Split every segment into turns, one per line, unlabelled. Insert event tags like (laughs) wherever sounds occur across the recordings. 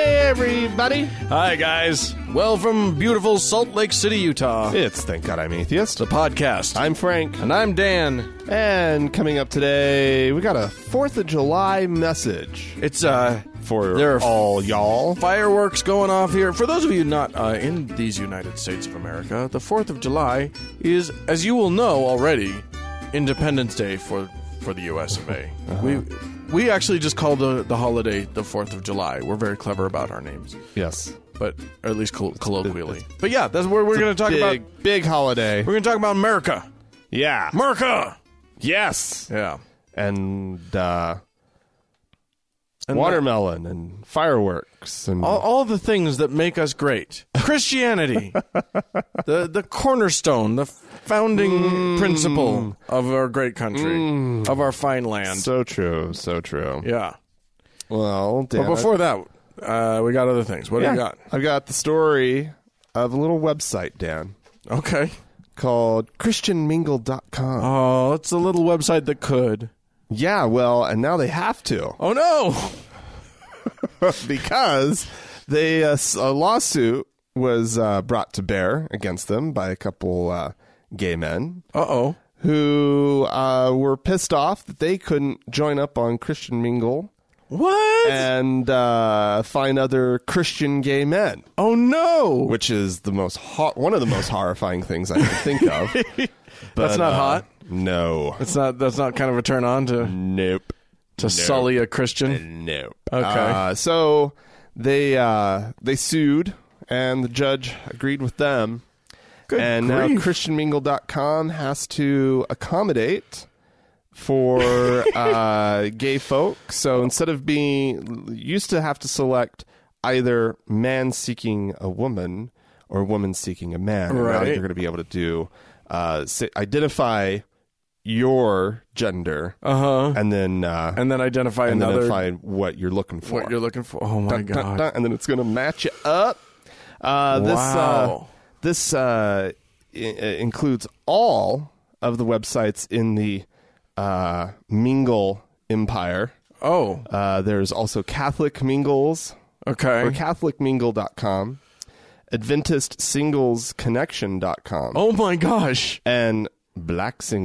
everybody.
Hi, guys. Well, from beautiful Salt Lake City, Utah.
It's Thank God I'm Atheist.
The podcast.
I'm Frank.
and I'm Dan.
And coming up today, we got a 4th of July message
It's uh
for
There are-
all y'all.
fireworks going off here. For those of you not uh, in these United States of America, the 4th of July is, as you will know already, Independence Day for, for the US of A.
Uh-huh.
We, we actually just call the, the holiday the 4th of July. We're very clever about our names,
Yes.
but or at least
(laughs)
col- colloquially. But yeah, that's where we're going to talk
big,
about.
big holiday.
We're going to talk about America.
Yeah.
America!
Yes.
Yeah.
And uh
And
watermelon and fireworks and
all, all the things that make us great
(laughs)
christianity the the cornerstone the founding
Mm.
principle of our great country of our fine land
so true, so true.
yeah
Well, Dan,
but before that uh, we got other things what
I,
do
yeah,
you got
I've got the story of a little website, Dan,
okay
called christianmingle.com.
oh it's a little website that could
Yeah, well, and now they have to
oh no
(laughs) because they uh, s- a lawsuit was uh, brought to bear against them by a couple uh, gay men
uh-oh
who uh, were pissed off that they couldn't join up on Christian Mingle
what
and uh, find other Christian gay men,
oh no
which is the most ho- one of the most horrifying things I can think of.
(laughs)
uh,
that's not hot
No,
it's not that's not kind of a turn on to
nope,
to sully a christian
nope.
Okay.
Uh, so they uh, they sued, and the judge agreed with them.
Good
and now
grief.
christianmingle.com has to accommodate for
(laughs)
uh, gay folk so instead of being used to have to select either man seeking a woman or woman seeking a man and now
Right.
you're going to be able to do uh, say, identify your gender
uh-huh
and then uh, and,
and then identify
then
another
find what you're looking for
what you're looking for oh my
Dun,
god
dun, and then it's going to match you up. Uh, this
Wow.
uh, this uh, i- includes all of the websites in the uh, Mingle empire.
Oh,
Uh, there's also Catholic Mingles or
okay.
CatholicMingle.com, Adventist Singles Connection.com,
oh my gosh.
and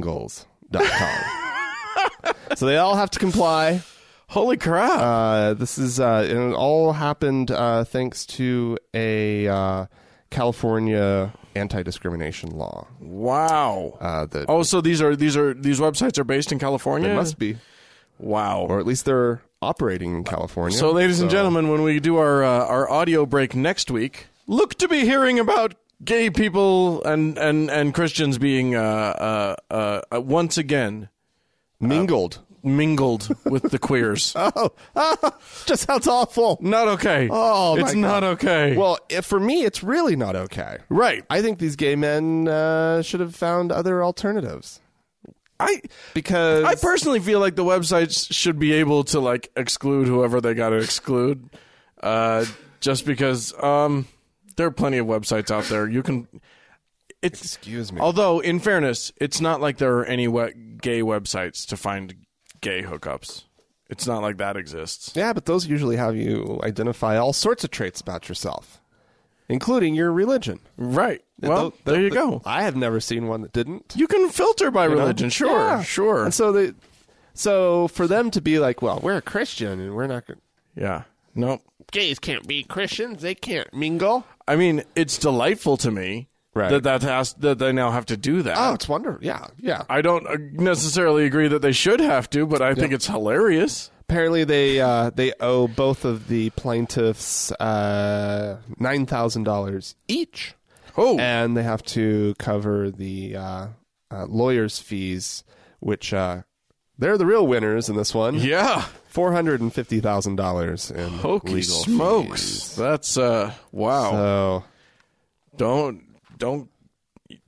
(laughs)
BlackSingles.com. so they all have to comply.
Holy crap.
Uh, this is uh, and it all happened uh, thanks to a uh, California anti-discrimination law.
wow.
Uh, that
oh, so these are these are these websites are based in California?
it must be,
Wow.
or at least they're operating in California.
So ladies and gentlemen, when we do our uh, our audio break next week, look to be hearing about gay people and and and Christians being uh uh, uh uh, once again uh,
mingled. (laughs)
mingled with the queers.
Just sounds awful.
not okay.
Oh, my
it's not okay.
Well, if, for me, it's really not okay.
right.
I think these gay men uh, should have found other alternatives
I
because
I personally feel like the websites should be able to like exclude whoever they got to exclude, uh, just because um, there are plenty of websites out there. You can. It's
excuse me.
although in fairness, it's not like there are any we- gay websites to find gay hookups. It's not like that exists.
Yeah, but those usually have you identify all sorts of traits about yourself, including your religion.
Right. Well,
Th-
there
th-
you
th-
go.
I have never seen one that didn't.
You can filter by
you know?
religion. Sure.
Yeah.
Sure.
And so they, so for them to be like, well, we're a Christian and we're not going.
yeah. Nope.
Gays can't be Christians. They can't mingle.
I mean, it's delightful to me
Right.
that that has that they now have to do that.
Oh, it's wonderful. Yeah, yeah.
I don't uh, necessarily agree that they should have to, but I think it's hilarious.
Apparently, they uh, they owe both of the plaintiffs uh, nine thousand dollars each,
Oh,
and they have to cover the uh, uh, lawyers' fees, which uh, they're the real winners in this one.
yeah.
Four hundred and fifty thousand dollars in
Hokey
legal
smokes.
fees.
That's uh wow.
So
don't don't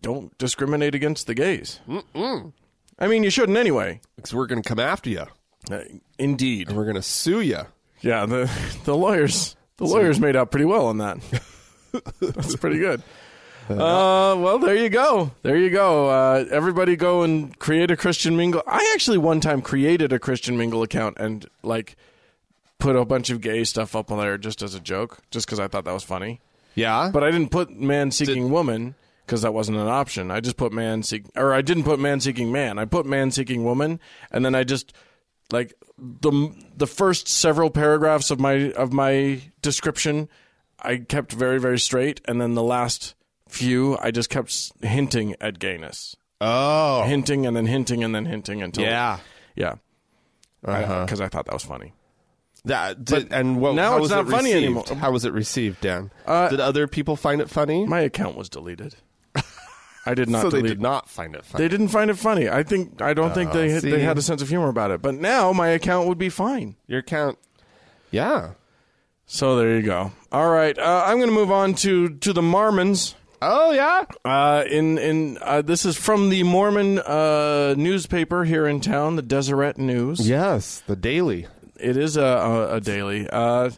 don't discriminate against the gays. Mm-mm. I mean, you shouldn't anyway.
Because we're going to come after you.
Uh, indeed.
We're going to sue you.
Yeah, the (laughs) the lawyers the lawyers made out pretty well on that. (laughs) That's pretty good. Uh, well, there you go. There you go. Uh, everybody go and create a Christian mingle. I actually one time created a Christian mingle account and like put a bunch of gay stuff up on there just as a joke, just because I thought that was funny.
Yeah.
But I didn't put man seeking woman because that wasn't an option. I just put man seek, or I didn't put man seeking man. I put man seeking woman, and then I just like the the first several paragraphs of my of my description, I kept very very straight, and then the last few I just kept s- hinting at gayness,
oh.
hinting and then hinting and then hinting until
Yeah. Uh-huh.
yeah, because I thought that was funny.
That did, and what,
now
how
it's
was
not
it
funny
received?
anymore.
How was it received, Dan?
Uh,
did other people find it funny?
My account was deleted. (laughs) I did not
so they
delete
did not find it funny.
They didn't find it funny. I think I don't think they
Uh, see.
they had a sense of humor about it. But now my account would be fine.
Your count. Yeah.
So there you go. All right, uh, I'm going to move on to to the Mormons.
Oh yeah.
Uh, in in uh, this is from the Mormon uh, newspaper here in town, the Deseret News.
Yes, the daily.
It is a, a, a daily. Uh,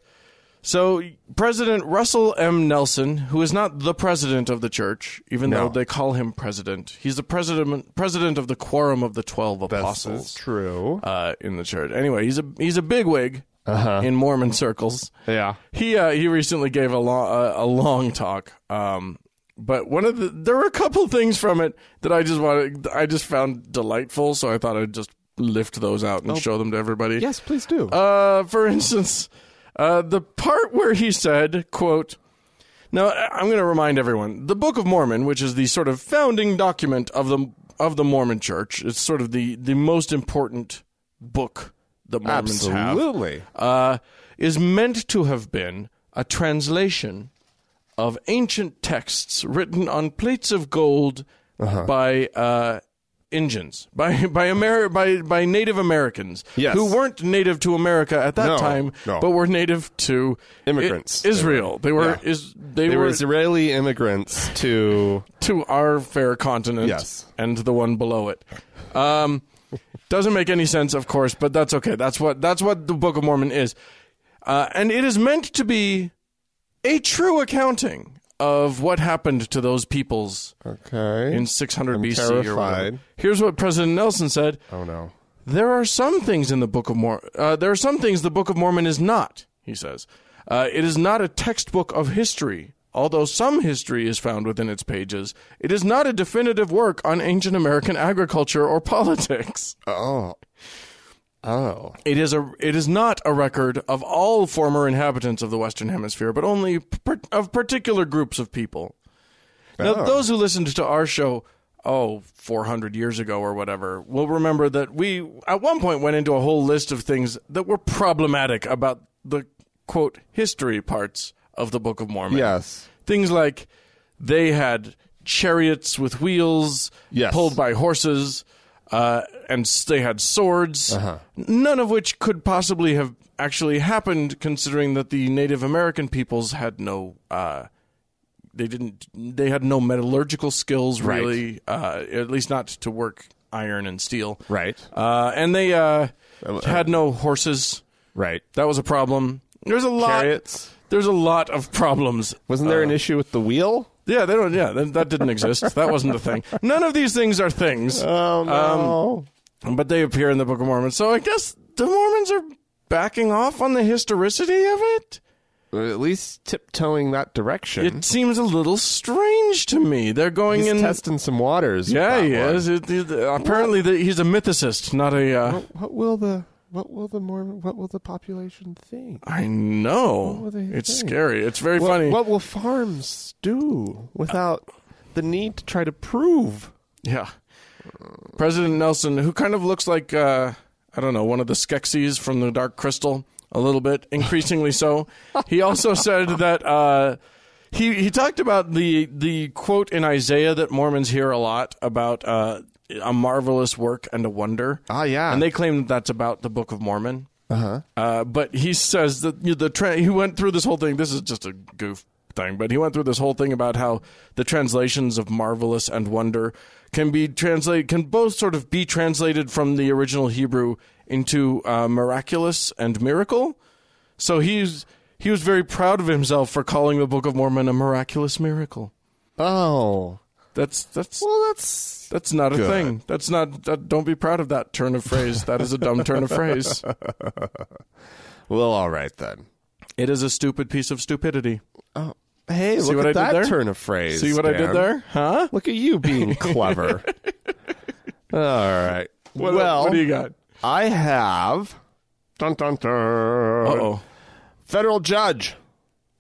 so President Russell M. Nelson, who is not the president of the church, even
No.
though they call him president, he's the president president of the Quorum of the Twelve Apostles.
This is true.
uh, in the church. Anyway, he's a he's a bigwig in Mormon circles.
Yeah.
He uh, he recently gave a long uh, a long talk. Um, but one of the there were a couple things from it that I just wanted I just found delightful, so I thought I'd just lift those out and show them to everybody.
Yes, please do.
Uh, for instance, uh, the part where he said, quote, now I- I'm going to remind everyone, the Book of Mormon, which is the sort of founding document of the of the Mormon Church, it's sort of the the most important book the Mormons have,
Absolutely.
uh, is meant to have been a translation of ancient texts written on plates of gold
Uh-huh.
by uh, Indians, (laughs) by by, Ameri- by by Native Americans
Yes.
who weren't native to America at that
No,
time,
no.
but were native to I-
Immigrants.
Israel. They were is they,
They
were,
were Israeli immigrants to
to our fair continent
Yes.
and the one below it. Um, doesn't make any sense, of course, but that's okay. That's what that's what the Book of Mormon is, uh, and it is meant to be a true accounting of what happened to those peoples
Okay.
in 600 BC. Or
terrified.
whatever. Here's what President Nelson said:
oh no.
There are some things in the Book of Mor- uh, there are some things the Book of Mormon is not. He says uh, it is not a textbook of history. Although some history is found within its pages, it is not a definitive work on ancient American agriculture or (laughs) politics.
Oh. Oh.
It is a it is not a record of all former inhabitants of the Western Hemisphere, but only par- of particular groups of people. Now, those who listened to our show, oh, 400 years ago or whatever, will remember that we at one point went into a whole list of things that were problematic about the quote history parts of the Book of Mormon.
Yes.
Things like they had chariots with wheels
Yes.
pulled by horses, uh, and s- they had swords,
Uh-huh.
none of which could possibly have actually happened, considering that the Native American peoples had no. Uh, they didn't. They had no metallurgical skills,
Right.
really. Uh, at least not to work iron and steel.
Right.
Uh, and they uh, had no horses.
Right.
That was a problem. There's a lot.
Chariots.
There's a lot of problems
Wasn't there an issue with the wheel?
yeah, they don't. Yeah, that, that didn't
(laughs)
exist. That wasn't a thing. None of these things are things,
Oh no.
but they appear in the Book of Mormon. So I guess the Mormons are backing off on the historicity of it.
at least tiptoeing that direction.
It seems a little strange to me. They're going
Hmm? He's
in.
testing some waters. with
yeah,
that
he
one.
is. It, it- apparently, the, he's a mythicist, not a. Uh,
What will the what will the Mormon what will the population think?
I know.
What do they
It's
think?
scary. It's very
What,
funny.
what will farms do without the need to try to prove?
Yeah. President Nelson, who kind of looks like, uh, I don't know, one of the Skeksis from the Dark Crystal, a little bit, increasingly so. He also said that uh, he, he talked about the, the quote in Isaiah that Mormons hear a lot about uh, a marvelous work and a wonder.
Ah, yeah.
And they claim that that's about the Book of Mormon. Uh-huh. but he says that you know, the tra- he went through this whole thing. This is just a goof thing, but he went through this whole thing about how the translations of marvelous and wonder can be translated, can both sort of be translated from the original Hebrew into uh, miraculous and miracle. So he's he was very proud of himself for calling the Book of Mormon a miraculous miracle.
Oh,
That's that's
well, that's
that's not a
Good.
thing. That's not. That, don't be proud of that turn of phrase. That is a dumb turn of phrase.
Well, all right then.
It is a stupid piece of stupidity.
Hey, look at
what I did
that
there?
turn of phrase.
See what I did
Dan.
there? Huh?
Look at you being
(laughs)
clever. all right.
What-
well,
what do you got?
I have. Dun, dun, dun,
Oh,
Federal judge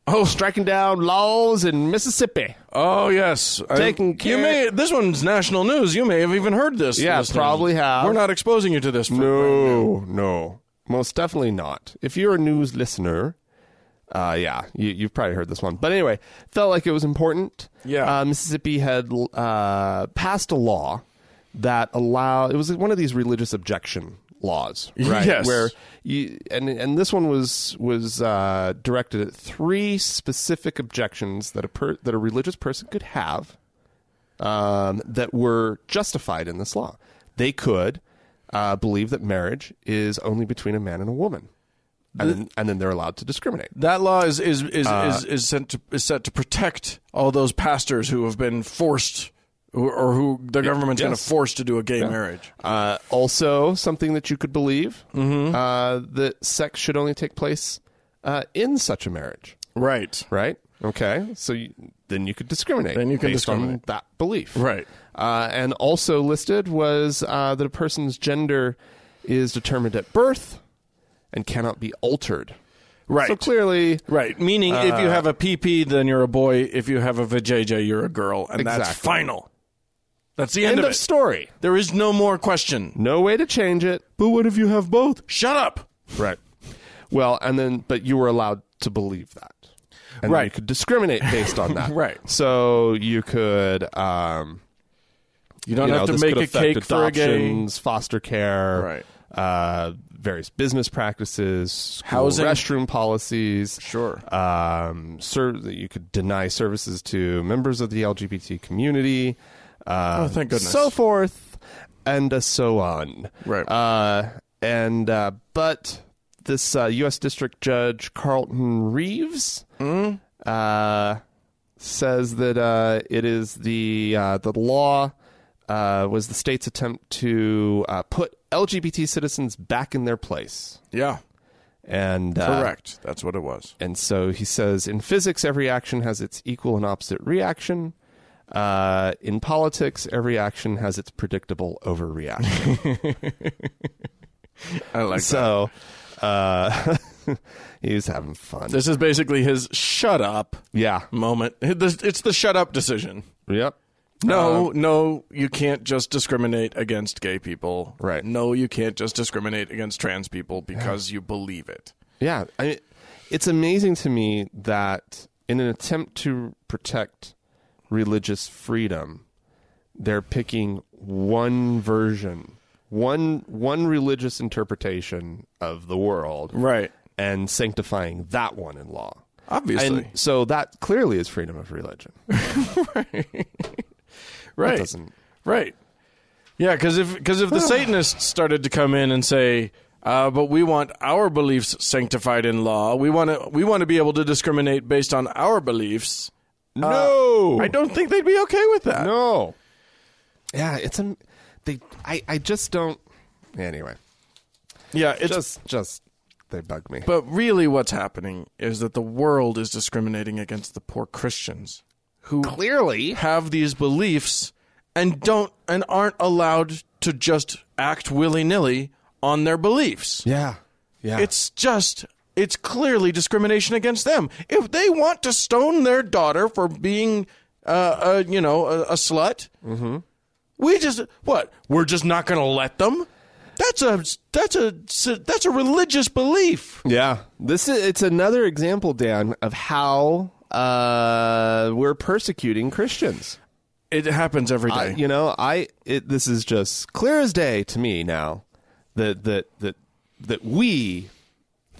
oh,
striking down laws in Mississippi.
oh, yes. I-
Taking
You
care-
may. This one's national news. You may have even heard this.
Yeah,
listeners.
probably have.
We're not exposing you to this. For
No, no, most definitely not. If you're a news listener, uh, yeah, you, you've probably heard this one. But anyway, felt like it was important.
Yeah.
uh, Mississippi had uh, passed a law that allowed. It was one of these religious objection laws, right?
Yes.
Where you and and this one was was uh, directed at three specific objections that a per, that a religious person could have um, that were justified in this law. They could uh, believe that marriage is only between a man and a woman, and, then, and then they're allowed to discriminate.
That law is is is, is, is sent to is set to protect all those pastors who have been forced, who, or who the government's going to
yes.
force to do a gay marriage.
Uh, also, something that you could believe uh, that sex should only take place uh, in such a marriage,
Right.
right? Okay, so you, then you could discriminate.
Then you can
based on
discriminate.
that belief,
Right.
Uh, and also listed was uh, that a person's gender is determined at birth and cannot be altered.
Right.
So clearly,
Right, meaning if you have a PP, then you're a boy. If you have a vajayjay, you're a girl, and that's
Exactly.
final. That's the end,
end
of,
of
it.
story.
there is no more question.
No way to change it.
But what if you have both? Shut up.
Right. Well, and then, but you were allowed to believe that. And then
Right.
You could discriminate based on that.
(laughs) Right.
So you could, um,
You don't
you know,
have to
this
make
could
a
affect
cake for a gay.
adoptions, foster care,
Right.
uh, various business practices, school
Housing.
restroom policies.
Sure.
Um, ser- that you could deny services to members of the LGBT community. Uh,
Oh, thank goodness.
So forth and uh, so on.
Right.
Uh, and uh, but this uh, U.S. District Judge Carlton Reeves
Mm.
uh, says that uh, it is the uh, the law uh, was the state's attempt to uh, put LGBT citizens back in their place.
Yeah,
And uh,
correct. That's what it was.
and so he says in physics, every action has its equal and opposite reaction. Uh, in politics, every action has its predictable overreaction.
I like that.
so uh, (laughs) he's having fun.
This is basically his shut up
yeah.
moment. It's it's the shut up decision.
Yep.
No,
Um,
no, you can't just discriminate against gay people.
Right.
No, you can't just discriminate against trans people because you believe it.
Yeah. I, it's amazing to me that in an attempt to protect religious freedom, they're picking one version, one one religious interpretation of the world,
Right.
and sanctifying that one in law.
Obviously.
And so that clearly is freedom of
(laughs)
religion.
right.
Doesn't
Right. Yeah, because if because if the Satanists started to come in and say, uh, "But we want our beliefs sanctified in law. We want to we want to be able to discriminate based on our beliefs,"
no,
I don't think they'd be okay with that.
no. Yeah, it's a they. I I just don't. Anyway,
Yeah, it's
just just they bug me.
But really, what's happening is that the world is discriminating against the poor Christians who
clearly,
have these beliefs and don't and aren't allowed to just act willy nilly on their beliefs.
yeah, yeah.
(laughs) It's just. It's clearly discrimination against them. If they want to stone their daughter for being, uh, a, you know, a, a slut,
Mm-hmm.
we just what? We're just not going to let them. That's a that's a that's a religious belief.
Yeah, this is it's another example, Dan, of how uh, we're persecuting Christians.
It happens every day.
I, you know, I it, this is just clear as day to me now that that that that we,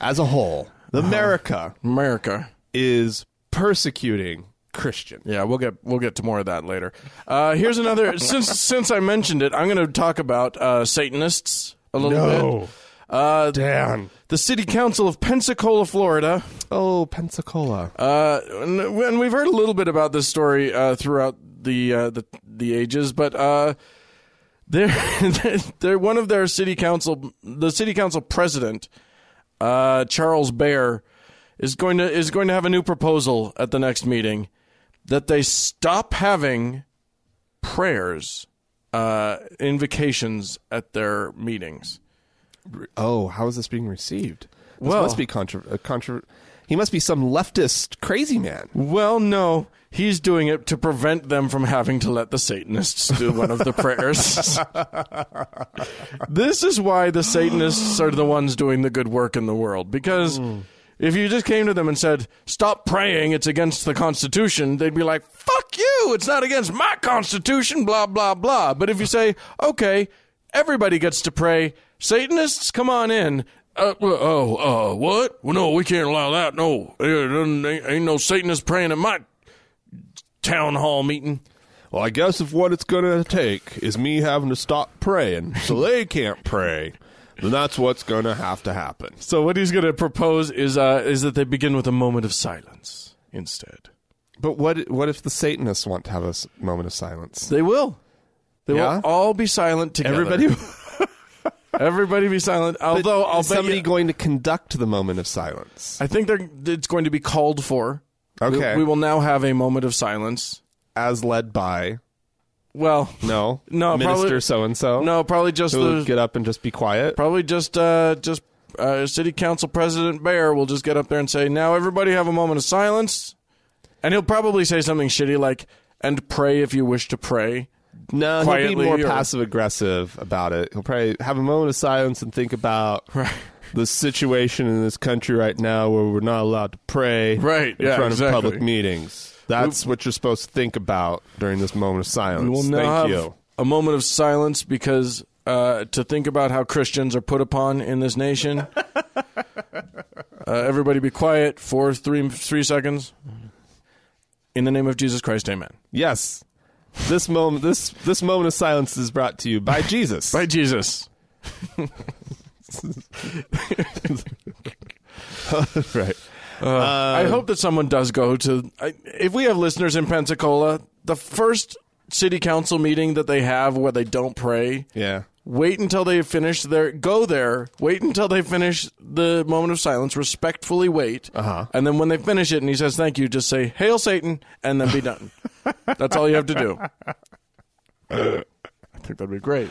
as a whole, America
America.
is persecuting Christians.
Yeah, we'll get we'll get to more of that later. Uh, here's
(laughs)
another. since since I mentioned it, I'm going to talk about uh, Satanists a little
Oh.
bit. Uh,
Dan.
the City Council of Pensacola, Florida,
Oh, Pensacola.
uh, and, and we've heard a little bit about this story uh, throughout the uh, the the ages, but. Uh, (laughs) they're, they're one of their city council, the city council president, uh, Charles Baer is going to is going to have a new proposal at the next meeting that they stop having prayers uh, invocations at their meetings.
Oh, how is this being received? This
Well-
must be contra- a contra- He must be some leftist crazy man.
Well, no, he's doing it to prevent them from having to let the Satanists do one of the prayers. this is why the Satanists are the ones doing the good work in the world because. If you just came to them and said, stop praying, it's against the Constitution, they'd be like, fuck you, it's not against my Constitution, blah, blah, blah. But if you say, okay, everybody gets to pray, Satanists, come on in. Uh, well, oh, uh, what? Well, no, we can't allow that. No, There doesn't- ain't, ain't no Satanist praying at my town hall meeting.
Well, I guess if what it's gonna take is me having to stop praying, so they can't pray, then that's what's gonna have to happen.
So what he's going to propose is uh, is that they begin with a moment of silence instead.
But what what if the Satanists want to have a s- moment of silence?
They will. They
Yeah?
will all be silent together.
Everybody,
Everybody be silent. (laughs) Although I'll
is
bet
somebody
you-
going to conduct the moment of silence
I think they're, it's going to be called for. We-
Okay.
We, will now have a moment of silence.
as led by
Well,
no
No,
minister
probably-
so and so
no, probably just
who
the
would get up and just be quiet.
probably just uh, just uh, city council president Bear will just get up there and say, "Now everybody have a moment of silence," and he'll probably say something shitty like, "And pray if you wish to pray."
No, he'll be
quietly
more
or-
passive aggressive about it. He'll probably have a moment of silence and think about the situation in this country right now where we're not allowed to pray
Right,
in
yeah,
front
exactly.
of public meetings. That's what you're supposed to think about during this moment of silence.
We will now
Thank
have
you.
a moment of silence because uh, to think about how Christians are put upon in this nation.
(laughs)
uh, everybody be quiet for three three seconds. In the name of Jesus Christ, Amen.
Yes. This moment this this moment of silence is brought to you
(laughs)
by Jesus.
By Jesus.
right.
Uh, I
Uh,
hope that someone does go to. I, if we have listeners in Pensacola, the first city council meeting that they have where they don't pray,
Yeah.
wait until they finish their. Go there, wait until they finish the moment of silence, respectfully wait. Uh-huh. And then when they finish it and he says thank you, just say, Hail Satan, and then be
(laughs)
done. That's all you have to do. I think that'd be great.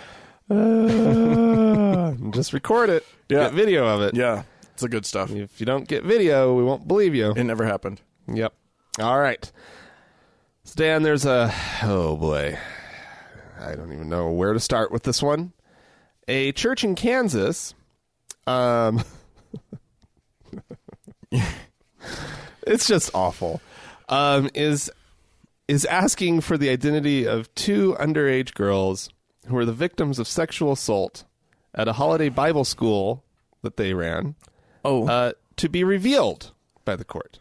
(laughs) Just record it.
Uh, Yeah.
Get video of it.
Yeah, it's the good stuff.
If you don't get video, we won't believe you.
It never happened.
Yep. All right. Stan, there's a. Oh, boy. I don't even know where to start with this one. A church in Kansas. Um, (laughs) it's just awful. Um, is is asking for the identity of two underage girls who were the victims of sexual assault at a holiday Bible school that they ran
Oh,
uh, to be revealed by the court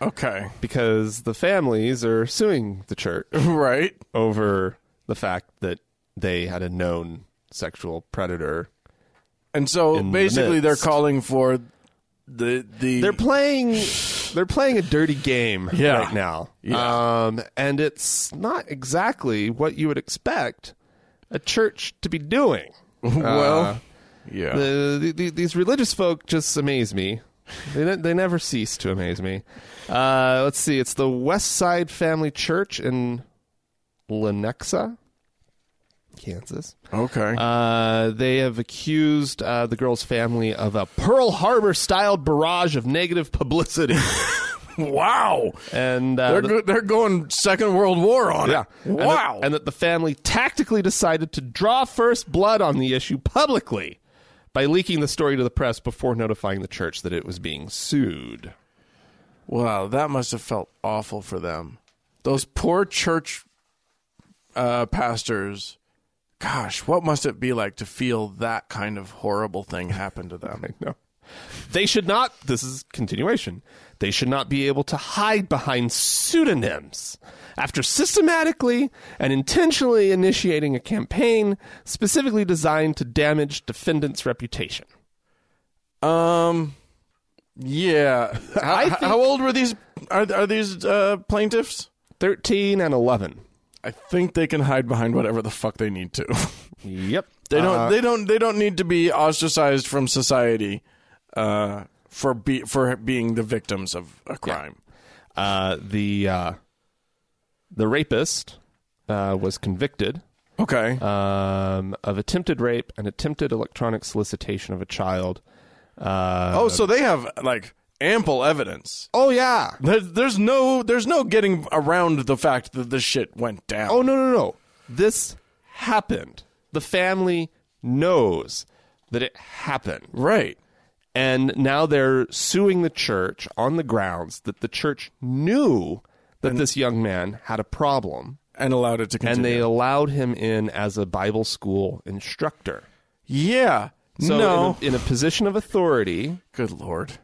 okay. (laughs)
because the families are suing the church (laughs)
right.
over the fact that they had a known sexual predator.
And so
the
basically, they're
midst.
calling for the the
They're playing they're playing a dirty game
(laughs) Yeah.
right now.
Yeah.
Um and it's not exactly what you would expect a church to be doing.
(laughs) well,
Uh,
yeah.
the, the, the- these religious folk just amaze me. They, ne- they never cease to amaze me. Uh, let's see. It's the West Side Family Church in Lenexa, Kansas.
okay.
Uh, they have accused uh, the girl's family of a Pearl Harbor style barrage of negative publicity. (laughs)
wow.
and uh,
They're
the-
go- they're going Second World War on
yeah.
it.
And that-
Wow.
and that the family tactically decided to draw first blood on the issue publicly by leaking the story to the press before notifying the church that it was being sued.
wow, that must have felt awful for them. Those poor church uh, pastors. Gosh, what must it be like to feel that kind of horrible thing happen to them? (laughs)
No. They should not, this is continuation, they should not be able to hide behind pseudonyms. After systematically and intentionally initiating a campaign specifically designed to damage defendants' reputation.
Um, (laughs) yeah. How,
I
h-
think-
how old were these? Are are these uh, plaintiffs?
13 and 11.
I think they can hide behind whatever the fuck (laughs) they need to. Uh,
Yep.
they don't. they don't. They don't need to be ostracized from society uh, for be- for being the victims of a crime.
Uh, the uh, the rapist uh, was convicted
Okay.
um, of attempted rape and attempted electronic solicitation of a child. Uh,
oh, so they have like ample evidence.
oh yeah.
There's, there's no there's no getting around the fact that this shit went down.
Oh no no no. This happened. The family knows that it happened.
right.
and now they're suing the church on the grounds that the church knew that this young man had a problem
And allowed it to continue.
and they allowed him in as a Bible school instructor.
yeah.
So
no.
in, a, in a position of authority,
Good lord.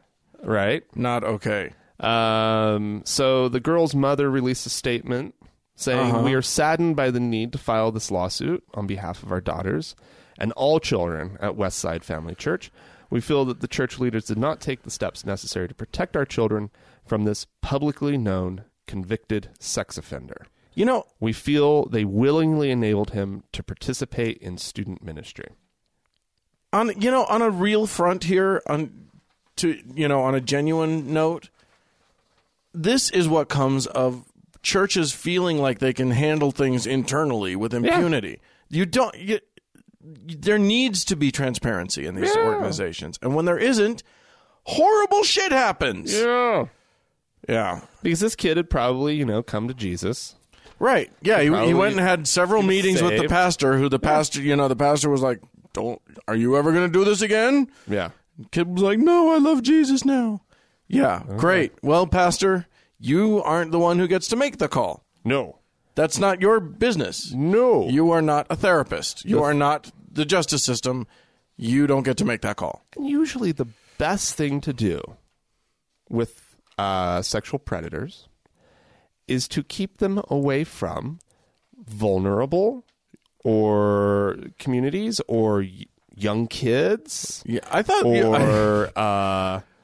right?
Not okay.
Um, so the girl's mother released a statement saying, "We are saddened by the need to file this lawsuit on behalf of our daughters and all children at Westside Family Church. We feel that the church leaders did not take the steps necessary to protect our children from this publicly known convicted sex offender.
You know,
We feel they willingly enabled him to participate in student ministry."
on you know on a real front here on to you know on a genuine note this is what comes of churches feeling like they can handle things internally with impunity you don't you, there needs to be transparency in these
Yeah.
organizations and when there isn't horrible shit happens
Yeah.
yeah.
Because this kid had probably, you know, come to Jesus.
Right. Yeah. He, he
Probably
went and had several meetings with the
saved.
pastor. Who the pastor, you know, the pastor was like, "Don't. Are you ever going to do this again?"
Yeah.
Kid was like, "No, I love Jesus now." Yeah, great. Well, pastor, you aren't the one who gets to make the call.
No.
That's not your business.
No.
You are not a therapist. You are not the justice system. You don't get to make that call.
And usually the best thing to do with uh, sexual predators is to keep them away from vulnerable or communities or y- young kids
Yeah, I thought
or
you- I-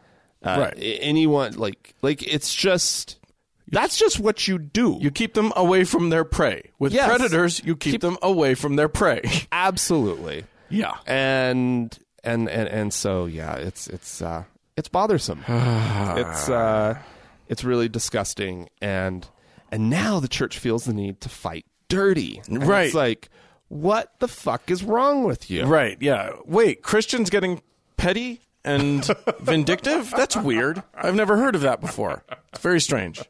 (laughs)
uh, uh,
Right.
a- anyone like like it's just that's just what you do
you keep them away from their prey. With
Yes.
predators, you keep, them away from their prey. (laughs)
absolutely
yeah.
and and and and so yeah, it's it's uh, it's bothersome.
(sighs)
it's uh, it's really disgusting, and and now the church feels the need to fight dirty. And
Right.
it's like what the fuck is wrong with you?
Right. Yeah. Wait, Christians getting petty and vindictive? That's weird. I've never heard of that before. It's very strange.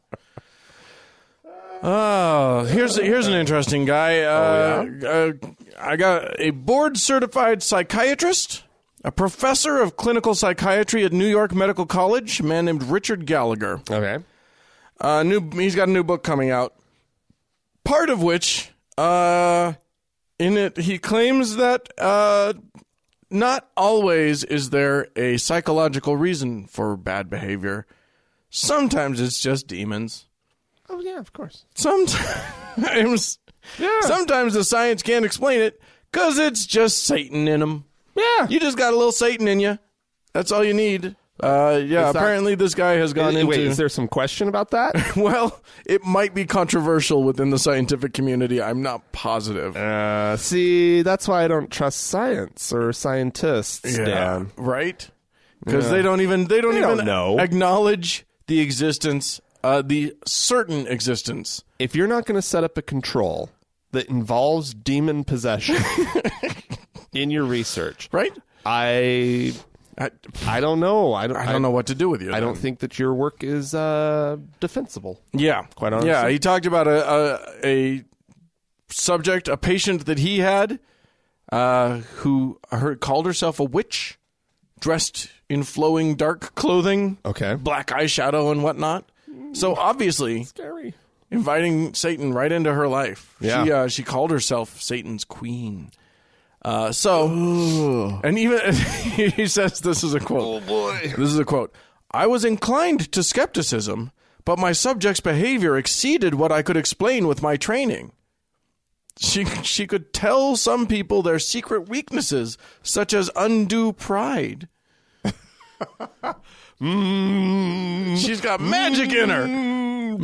Oh, here's here's an interesting guy. Uh, uh, I got a board certified psychiatrist, a professor of clinical psychiatry at New York Medical College, a man named Richard Gallagher.
Okay.
Uh, new. He's got a new book coming out. Part of which, uh, in it, he claims that uh, not always is there a psychological reason for bad behavior. Sometimes it's just demons.
Oh yeah, of course.
Sometimes, (laughs)
Yeah.
sometimes the science can't explain it because it's just Satan in them.
Yeah.
You just got a little Satan in you. That's all you need. Uh, yeah.
that-
apparently, this guy has gone into.
Wait, is there some question about that?
(laughs) Well, it might be controversial within the scientific community. I'm not positive.
Uh, see, that's why I don't trust science or scientists, Dan.
Right? Because they don't even they don't
They don't
even
know.
acknowledge the existence, uh, the certain existence.
if you're not going to set up a control that involves demon
(laughs)
possession in your research,
Right?
I
I,
I don't know. I don't.
I don't know what to do with you.
I don't think that your work is uh, defensible.
Yeah,
Quite honestly.
Yeah, he talked about a a, a subject, a patient that he had, uh, who her, called herself a witch, dressed in flowing dark clothing.
Okay.
black eyeshadow and whatnot. So obviously,
Scary.
inviting Satan right into her life. She,
Yeah.
uh, she called herself Satan's queen. Uh, so, and even (laughs) he says this is a quote.
Oh, boy.
This is a quote. I was inclined to skepticism, but my subject's behavior exceeded what I could explain with my training. She, she could tell some people their secret weaknesses, such as undue pride. She's got magic in
Mm.
her. (laughs)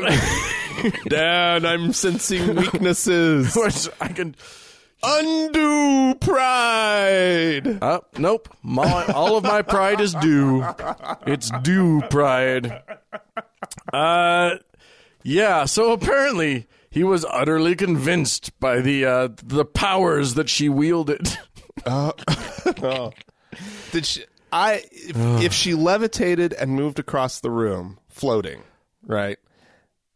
Dad, Dad, I'm sensing weaknesses.
(laughs) Which I can,
Undue pride.
Uh, nope. My, all of my pride is due. It's due pride. Uh, yeah. So apparently he was utterly convinced by the uh, the powers that she wielded. (laughs)
Did she? I if, if she levitated and moved across the room, floating, right?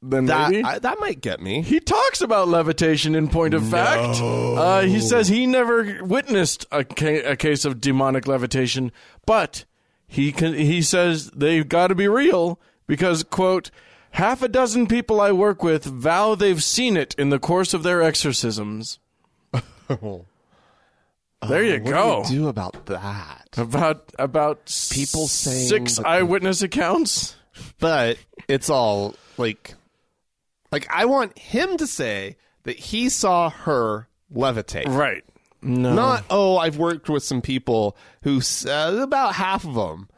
then
That
maybe
I, that might get me. (laughs)
he talks about levitation in point of fact. Uh, he says he never witnessed a, ca- a case of demonic levitation, but he con- he says they've got to be real because quote half a dozen people I work with vow they've seen it in the course of their exorcisms. there you go.
Uh, What do you do about that?
about about
People
s-
saying
six
that-
eyewitness accounts.
But it's all like, like I want him to say that he saw her levitate.
Right. No.
Not oh, I've worked with some people who s- uh, about half of (laughs) them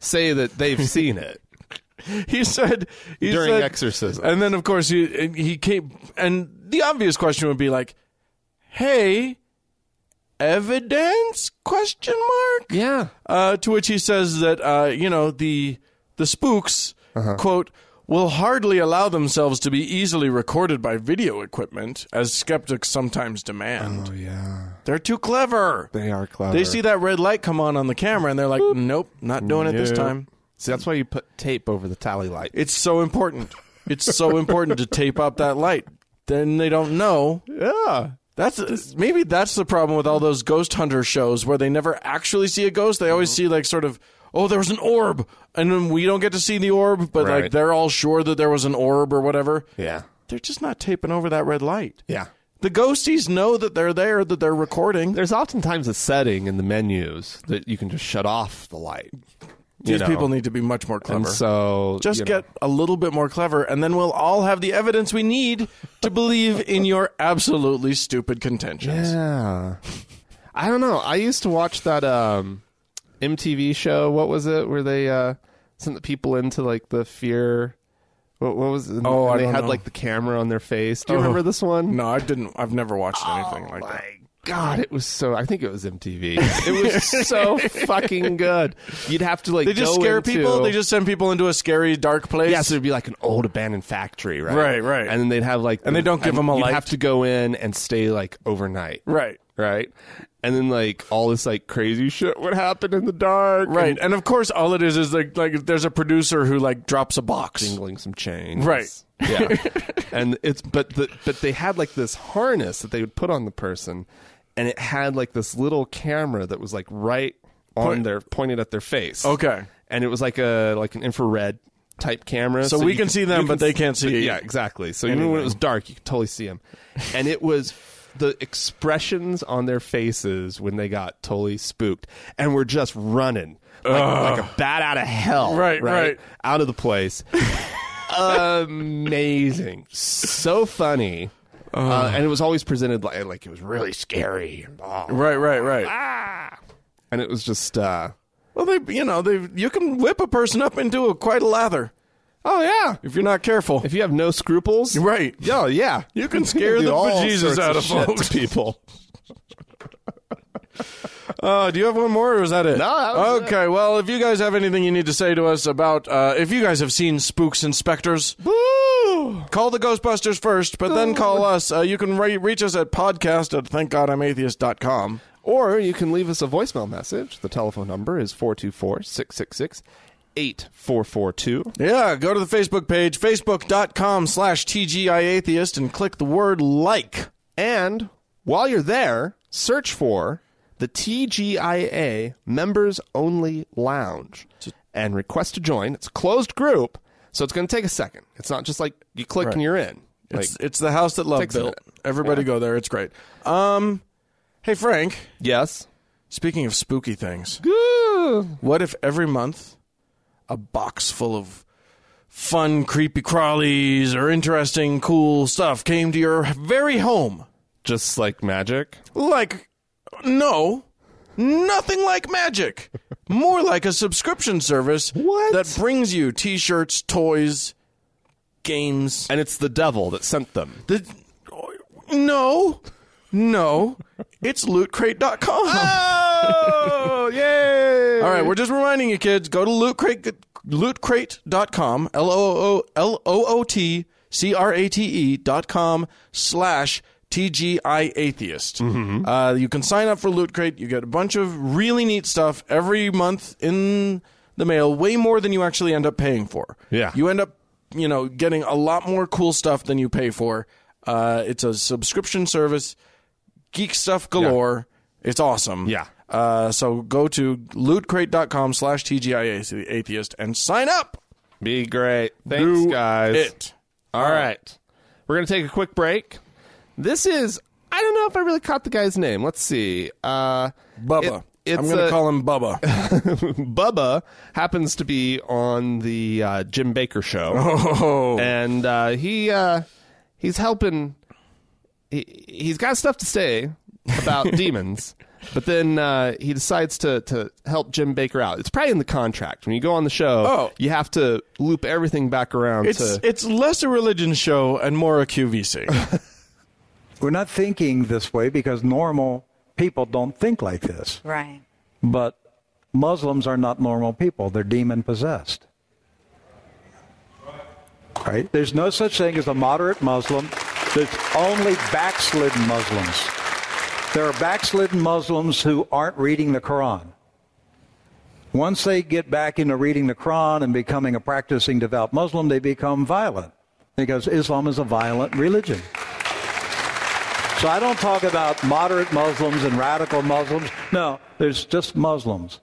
say that they've seen it
he said he
during
said,
exorcism.
And then, of course, he he came, and the obvious question would be like, "Hey, evidence?" Question mark.
yeah.
Uh, to which he says that uh, you know the the spooks
Uh-huh.
quote will hardly allow themselves to be easily recorded by video equipment, as skeptics sometimes demand.
Oh yeah.
They're too clever.
They are clever.
They see that red light come on on the camera, and they're like, "Nope, not doing it this
Nope.
time."
See, that's why you put tape over the tally light.
It's so important. It's so important to tape up that light. Then they don't know.
Yeah.
That's maybe that's the problem with all those ghost hunter shows where they never actually see a ghost. They
Mm-hmm.
always see like sort of oh there was an orb and then we don't get to see the orb, but like
Right.
they're all sure that there was an orb or whatever.
Yeah.
They're just not taping over that red light.
Yeah.
The ghosties know that they're there, that they're recording.
There's oftentimes a setting in the menus that you can just shut off the light.
These
know.
people need to be much more
And
clever.
so
just
you know,
get a little bit more clever and then we'll all have the evidence we need to believe in your absolutely stupid contentions
Yeah. I don't know. I used to watch that um MTV show. What was it? Where they uh sent the people into like the fear what, what was it?
Oh,
and
I
they
don't
had
know.
like the camera on their face. Do you remember this one?
no i didn't i've never watched anything like
My
that
God, it was so. I think it was
(laughs)
MTV. It was so fucking good. You'd have to like
they just scare people they just send people into a scary dark place
yeah, so it'd be like an old abandoned factory, right?
Right, right.
And then they'd have like,
And they don't give them a
you'd
light.
Have to go in and stay like overnight,
right
right? And then like all this like crazy shit would happen in the dark,
right
And
and of course all it is is like like there's a producer who like drops a box
jingling some chains,
Right.
Yeah. and it's but the but they had like this harness that they would put on the person, and it had like this little camera that was like right on
Point-
their pointed at their face.
okay
and it was like a like an infrared type camera.
So we
you
can see them,
you
but they can't see
Yeah, exactly. So even when it was dark, you could totally see them. And it was the expressions on their faces when they got totally spooked and were just running like, like a bat out of hell,
Right, right.
out of the place. (laughs) Amazing, so funny. Uh, and it was always presented like, like it was really scary and, all.
right right right
and it was just uh,
well they you know they you can whip a person up into a quite a lather
oh yeah
if you're not careful
if you have no scruples
right
Yo, (laughs) yeah,
You can scare
do
the
all
bejesus
sorts
out of
shit
folks.
to
(laughs)
people.
Uh, do you have one more, or was that it?
No, that was it.
okay. Well, if you guys have anything you need to say to us about, uh, if you guys have seen Spooks Inspectors, call the Ghostbusters first, but then call us. Uh, you can re- reach us at podcast at thankgodimatheist.com.
Or you can leave us a voicemail message. The telephone number is 424 666 8442.
Yeah, go to the Facebook page, facebook.com slash tgiatheist, and click the word like.
And while you're there, search for the TGIA Members Only Lounge and request to join. It's a closed group, so it's going to take a second. It's not just like you click and you're in. Like,
It's, it's the house that love
Takes a
built.
minute.
Everybody go there. It's great. Um, hey, Frank,
yes.
speaking of spooky things. What if every month a box full of fun, creepy crawlies or interesting, cool stuff came to your very home?
Just like magic.
Like, no, nothing like
(laughs)
magic. More like a subscription service
What?
that brings you t shirts, toys, games.
And it's the devil that sent them.
The, no, No, it's lootcrate.com. (laughs)
Oh, (laughs) yay!
All right, we're just reminding you kids, go to lootcrate lootcrate.com, L O O L O O T C R A T E dot com slash TGI Atheist. Uh, you can sign up for Loot Crate. You get a bunch of really neat stuff every month in the mail, way more than you actually end up paying for.
Yeah.
You end up, you know, getting a lot more cool stuff than you pay for. Uh, it's a subscription service, geek stuff galore. It's awesome.
Yeah.
Uh, so go to lootcrate.com slash TGI atheist and sign up.
Be great. Thanks,
Do
guys.
It.
All right. We're going to take a quick break. This is, I don't know if I really caught the guy's name. Let's see. Uh,
Bubba.
It-
I'm
it's
going to
a-
call
(laughs)
him Bubba.
Bubba happens to be on the uh, Jim Baker show.
oh.
and uh, he uh, he's helping. He he's got stuff to say
(laughs)
about demons, but then uh, he decides to to help Jim Baker out. It's probably in the contract when you go on the show.
Oh.
you have to loop everything back around
It's,
to
it's less a religion show and more
(laughs)
a QVC.
We're not thinking this way because normal people don't think like this.
Right.
But Muslims are not normal people, they're demon possessed. Right? There's no such thing as a moderate Muslim, there's only backslidden Muslims. There are backslidden Muslims who aren't reading the Quran. Once they get back into reading the Quran and becoming a practicing devout Muslim, they become violent because Islam is a violent religion. So I don't talk about moderate Muslims and radical Muslims. No, there's just Muslims.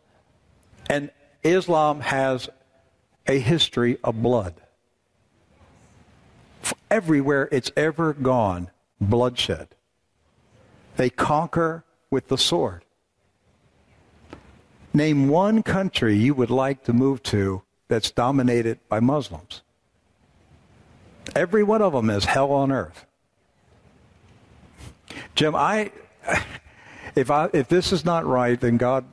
And Islam has a history of blood. F- Everywhere it's ever gone, bloodshed. They conquer with the sword. Name one country you would like to move to that's dominated by Muslims. Every one of them is hell on earth. Jim, I, if I, if this is not right, then God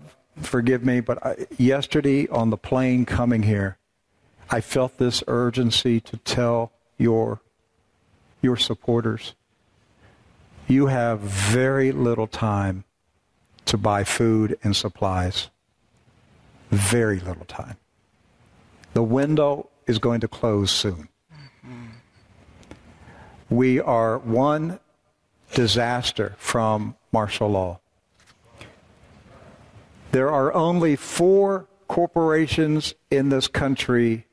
forgive me. But I, yesterday on the plane coming here, I felt this urgency to tell your, your supporters, you have very little time to buy food and supplies. Very little time. The window is going to close soon. We are one disaster from martial law. There are only four corporations in this country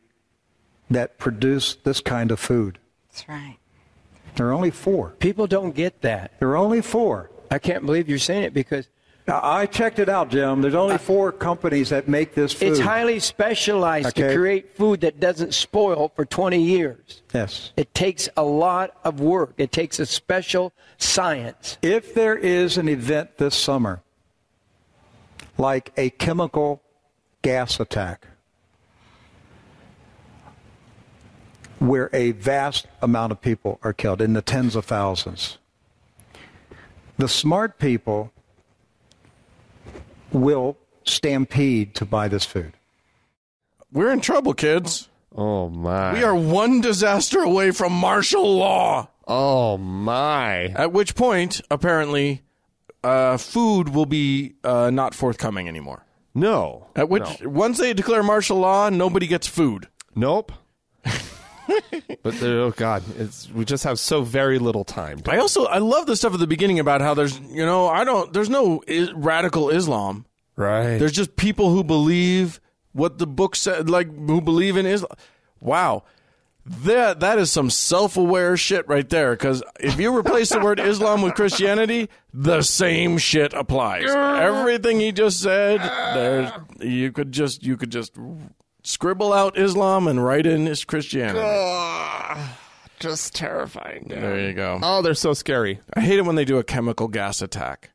that produce this kind of food.
That's right.
There are only four.
People don't get that.
There are only four.
I can't believe you're saying it because
I I checked it out, Jim. There's only four companies that make this food.
it's highly specialized
Okay.
to create food that doesn't spoil for 20 years.
Yes.
It takes a lot of work. It takes a special science.
If there is an event this summer, like a chemical gas attack, where a vast amount of people are killed in the tens of thousands, the smart people will stampede to buy this food.
We're in trouble, kids.
oh my
We are one disaster away from martial law.
oh my
At which point, apparently, uh, food will be uh, not forthcoming anymore.
no
At which, once they declare martial law, nobody gets food.
nope. (laughs) but there, oh god, it's we just have so very little time.
I also I love the stuff at the beginning about how there's you know I don't there's no I- radical Islam.
(laughs) Right.
There's just people who believe what the book said, like who believe in Islam. Wow, that that is some self-aware shit right there. Because if you replace the word Islam with Christianity, the same shit applies. Everything he just said, there's you could just you could just scribble out Islam and write in is Christianity.
just terrifying.
There you go.
Oh, they're so scary.
I hate it when they do a chemical gas attack.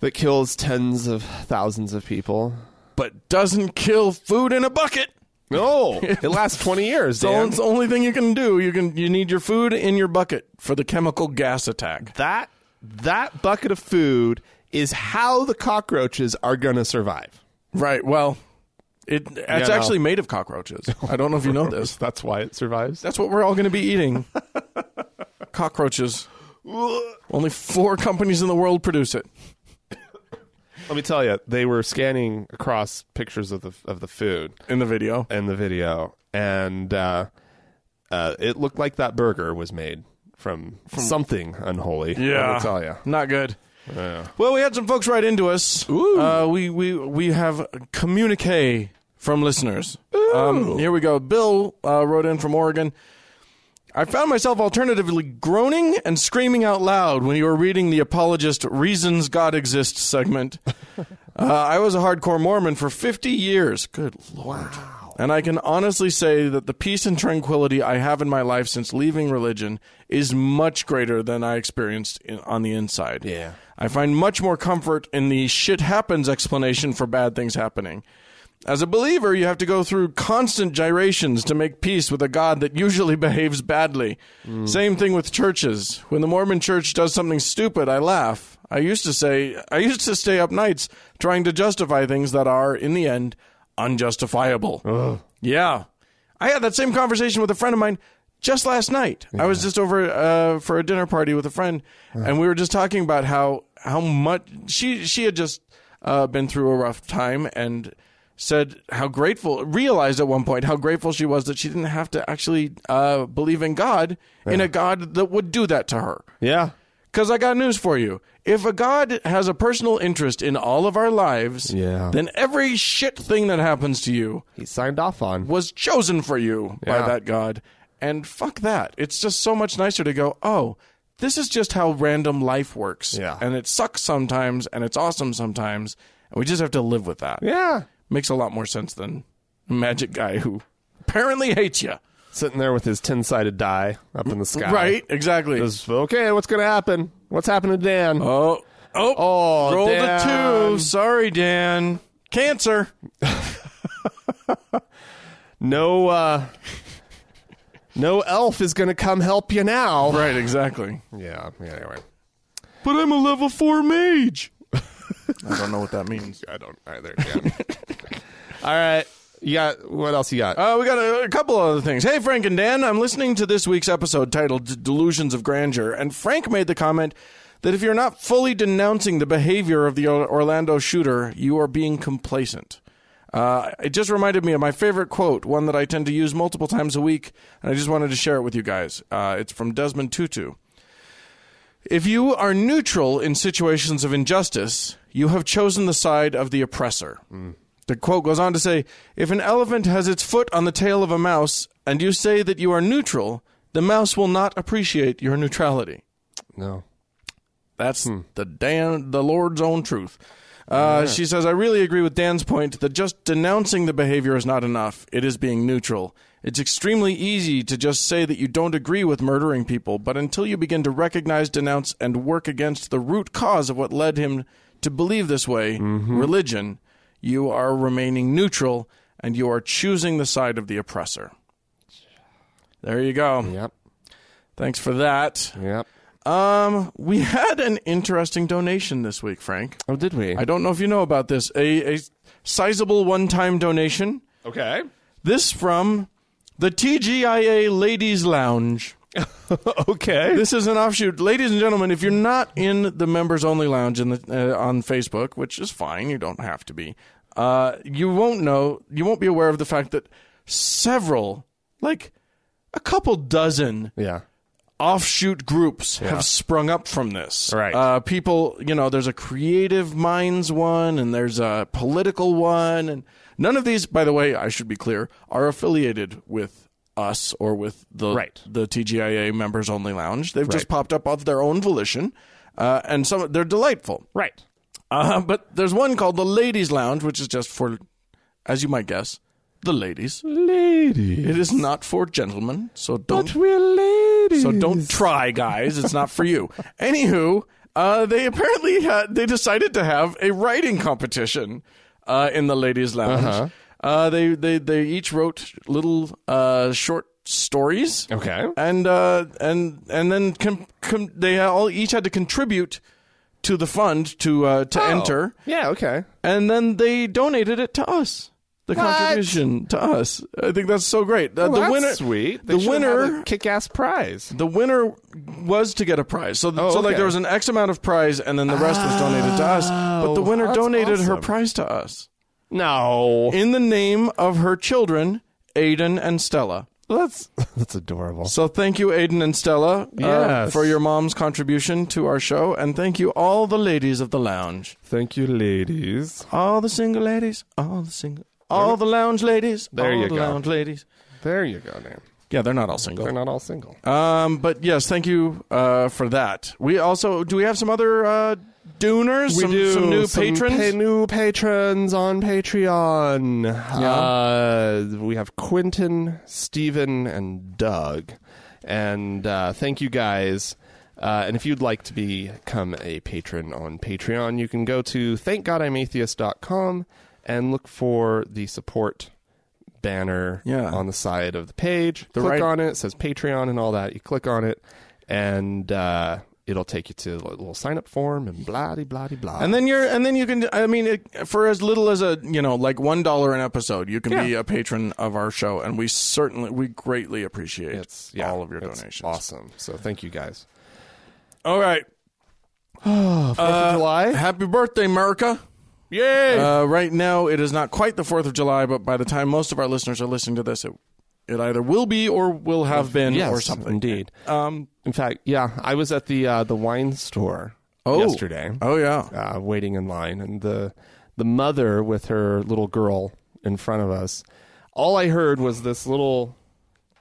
that kills tens of thousands of people.
but doesn't kill food in a bucket.
(laughs) No, it lasts twenty years.
So
Dan.
it's the only thing you can do. You can you need your food in your bucket for the chemical gas attack.
That that bucket of food is how the cockroaches are gonna survive.
Right. Well, it it's
no.
actually made of cockroaches. I don't know if you know this.
That's why it survives.
That's what we're all going to be eating. cockroaches. Only four companies in the world produce it.
Let me tell you, they were scanning across pictures of the of the food
In the video,
in the video, and uh, uh, it looked like that burger was made from, something unholy.
Yeah.
I'll tell you.
not good. Well, we had some folks write into us. Uh, we we we have communique from listeners. Um, here we go. Bill uh, wrote in from Oregon. I found myself alternatively groaning and screaming out loud when you were reading the apologist "Reasons God Exists" segment. uh, I was a hardcore Mormon for 50 years. Good lord! And I can honestly say that the peace and tranquility I have in my life since leaving religion is much greater than I experienced in, on the inside.
Yeah.
I find much more comfort in the shit happens explanation for bad things happening. As a believer, you have to go through constant gyrations to make peace with a God that usually (laughs) behaves badly. Same thing with churches. When the Mormon church does something stupid, I laugh. I used to say, I used to stay up nights trying to justify things that are, in the end, unjustifiable. Yeah. I had that same conversation with a friend of mine just last night. I was just over uh, for a dinner party with a friend, and we were just talking about how how much she she had just uh, been through a rough time and said how grateful realized at one point how grateful she was that she didn't have to actually uh, believe in God in a God that would do that to her.
Yeah.
Because I got news for you. If a God has a personal interest in all of our lives,
Yeah.
then every shit thing that happens to you
He signed off on.
was chosen for you by
Yeah.
that God. And fuck that. It's just so much nicer to go, oh, this is just how random life works.
Yeah.
And it sucks sometimes and it's awesome sometimes. And we just have to live with that.
Yeah.
Makes a lot more sense than a magic guy who apparently hates you.
Sitting there with his ten sided die up in the sky.
Right? Exactly.
Just, okay, what's going to happen? What's happening to Dan?
oh, oh,
Oh,
rolled a two.
Dan.
Sorry, Dan. Cancer.
No, uh, no elf is going to come help you now.
Right, exactly.
Yeah. yeah, Anyway,
But I'm a level four mage. I don't know what that means.
I don't either. Dan. (laughs) All right. You got what else? You got?
Uh, we got a, a couple other things. Hey, Frank and Dan, I'm listening to this week's episode titled D- Delusions of Grandeur, and Frank made the comment that if you're not fully denouncing the behavior of the O- Orlando shooter, you are being complacent. Uh, it just reminded me of my favorite quote, one that I tend to use multiple times a week, and I just wanted to share it with you guys. Uh, it's from Desmond Tutu. If you are neutral in situations of injustice, you have chosen the side of the oppressor. The quote goes on to say If an elephant has its foot on the tail of a mouse and you say that you are neutral, the mouse will not appreciate your neutrality.
no.
That's the Dan, the Lord's own truth. Uh, She says, I really agree with Dan's point that just denouncing the behavior is not enough. It is being neutral. It's extremely easy to just say that you don't agree with murdering people, but until you begin to recognize, denounce, and work against the root cause of what led him to believe this way religion you are remaining neutral and you are choosing the side of the oppressor. There you go.
Yep.
Thanks for that.
Yep.
Um, we had an interesting donation this week, Frank.
Oh, did we?
I don't know if you know about this. A, a sizable one time donation.
okay.
This from the TGIA Ladies Lounge.
(laughs) Okay.
This is an offshoot, ladies and gentlemen. If you're not in the members only lounge in the, uh, on Facebook, which is fine, you don't have to be. Uh, you won't know, you won't be aware of the fact that several, like a couple dozen,
Yeah.
offshoot groups have sprung up from this.
Right.
Uh, people, you know, there's a creative minds one and there's a political one. And none of these, by the way, I should be clear, are affiliated with us or with the,
Right.
the TGIA members only lounge. They've just popped up of their own volition. Uh, and some they're delightful.
Right.
Uh, but there's one called the Ladies Lounge, which is just for, as you might guess, the ladies.
Lady.
It is not for gentlemen, so don't
We're ladies.
so don't try, guys. It's not for
(laughs)
you. Anywho, uh, they apparently had, they decided to have a writing competition uh, in the ladies' lounge.
Uh-huh.
uh they, they they each wrote little uh, short stories.
Okay.
and uh, and and then com- com- they all each had to contribute to the fund to uh,
Oh.
to enter,
Yeah. Okay.
and then they donated it to us. The
What? Oh,
contribution to us. I think that's so great. Uh, the winner,
sweet.
the winner
kick ass prize.
the winner was to get a prize. So, so
Oh, okay.
like there was an X amount of prize, and then the rest was donated to us. But the winner
Oh, that's
donated her
awesome.
prize to us
No,
in the name of her children, Aiden and Stella.
that's (laughs) that's adorable.
So thank you, Aiden and Stella, uh,
Yes.
for your mom's contribution to our show, and thank you all the ladies of the lounge,
Thank you, ladies.
all the single ladies, all the single, all the lounge ladies,
There
all
you
the
go.
lounge ladies.
There you go, Dan.
Yeah, they're not all single.
They're not all single.
Um, but yes, thank you uh, for that. We also do we have some other uh, donors, some, some new patrons.
new patrons on Patreon. Uh, we have Quentin, Steven, and Doug. And uh, thank you guys. Uh, and if you'd like to become a patron on Patreon, you can go to thankgodimatheist.com and look for the support banner
Yeah.
on the side of the page. click
right-
on it. It says Patreon and all that. You click on it, and uh, it'll take you to a little sign up form and blah de blah de blah.
and then you're, and then you can. I mean, it, for as little as a, you know, like one dollar an episode, you can be
Yeah.
a patron of our show, and we certainly, we greatly appreciate
it's yeah,
all of your
it's
donations.
Awesome. So thank you guys.
All right, Uh,
Fourth of July.
happy birthday, America!
Yay!
Uh, right now, it is not quite the Fourth of July, but by the time most of our listeners are listening to this, it it either will be or will have been
yes,
or something.
indeed.
Um.
In fact, yeah, I was at the uh, the wine store
Oh.
yesterday,
Oh yeah.
uh, waiting in line, and the the mother with her little girl in front of us. All I heard was this little,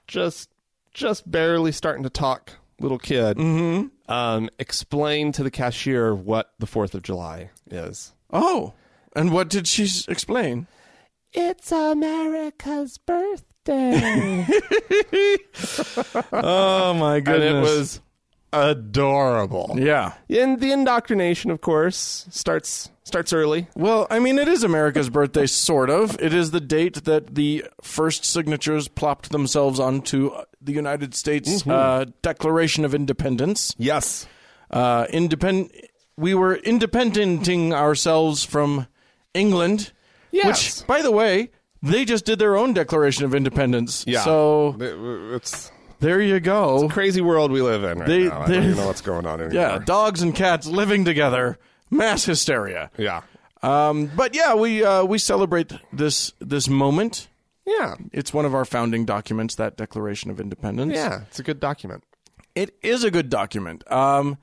just just barely starting to talk little kid. Um, explain to the cashier what the Fourth of July is.
Oh. And what did she s- explain?
It's America's (laughs) birthday.
Oh my
and it was adorable.
yeah.
And the indoctrination, of course, starts starts early.
Well, I mean, it
(laughs)
is America's birthday, sort of. It is the date that the first signatures plopped themselves onto uh, the United States
Mm-hmm.
uh, Declaration of Independence.
Yes.
Uh, independ- we were independenting ourselves from England.
Yes.
Which, by the way, they just did their own Declaration of Independence.
Yeah.
So
It's
there you go.
crazy world we live in right
They-
now. I don't
they-
even know what's going on anymore.
yeah, dogs and cats living together, mass hysteria.
yeah.
Um, but yeah, we uh, we celebrate this this moment.
Yeah.
It's one of our founding documents, that Declaration of Independence.
Yeah. It's a good document.
it is a good document, um,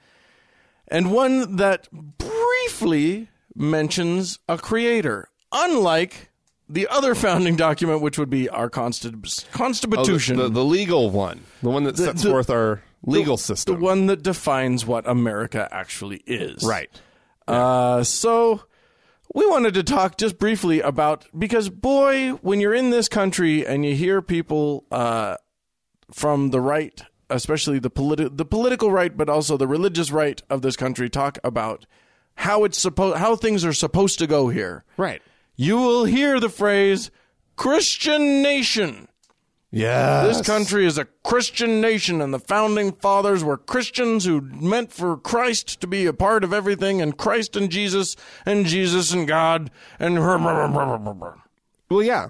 and one that briefly mentions a creator, unlike the other (laughs) founding document, which would be our consti- Constitution,
Oh, The, the legal one. The one that sets
the-
forth our legal
the
system.
one that defines what America actually is.
right.
Uh, so we wanted to talk just briefly about because boy, when you're in this country and you hear people uh, from the right, especially the politi- the political right, but also the religious right of this country, talk about how it's supposed how things are supposed to go here.
Right.
You will hear the phrase Christian nation.
Yeah.
This country is a Christian nation, and the founding fathers were Christians who meant for Christ to be a part of everything, and Christ and Jesus, and Jesus and God, and. (laughs)
Well, yeah.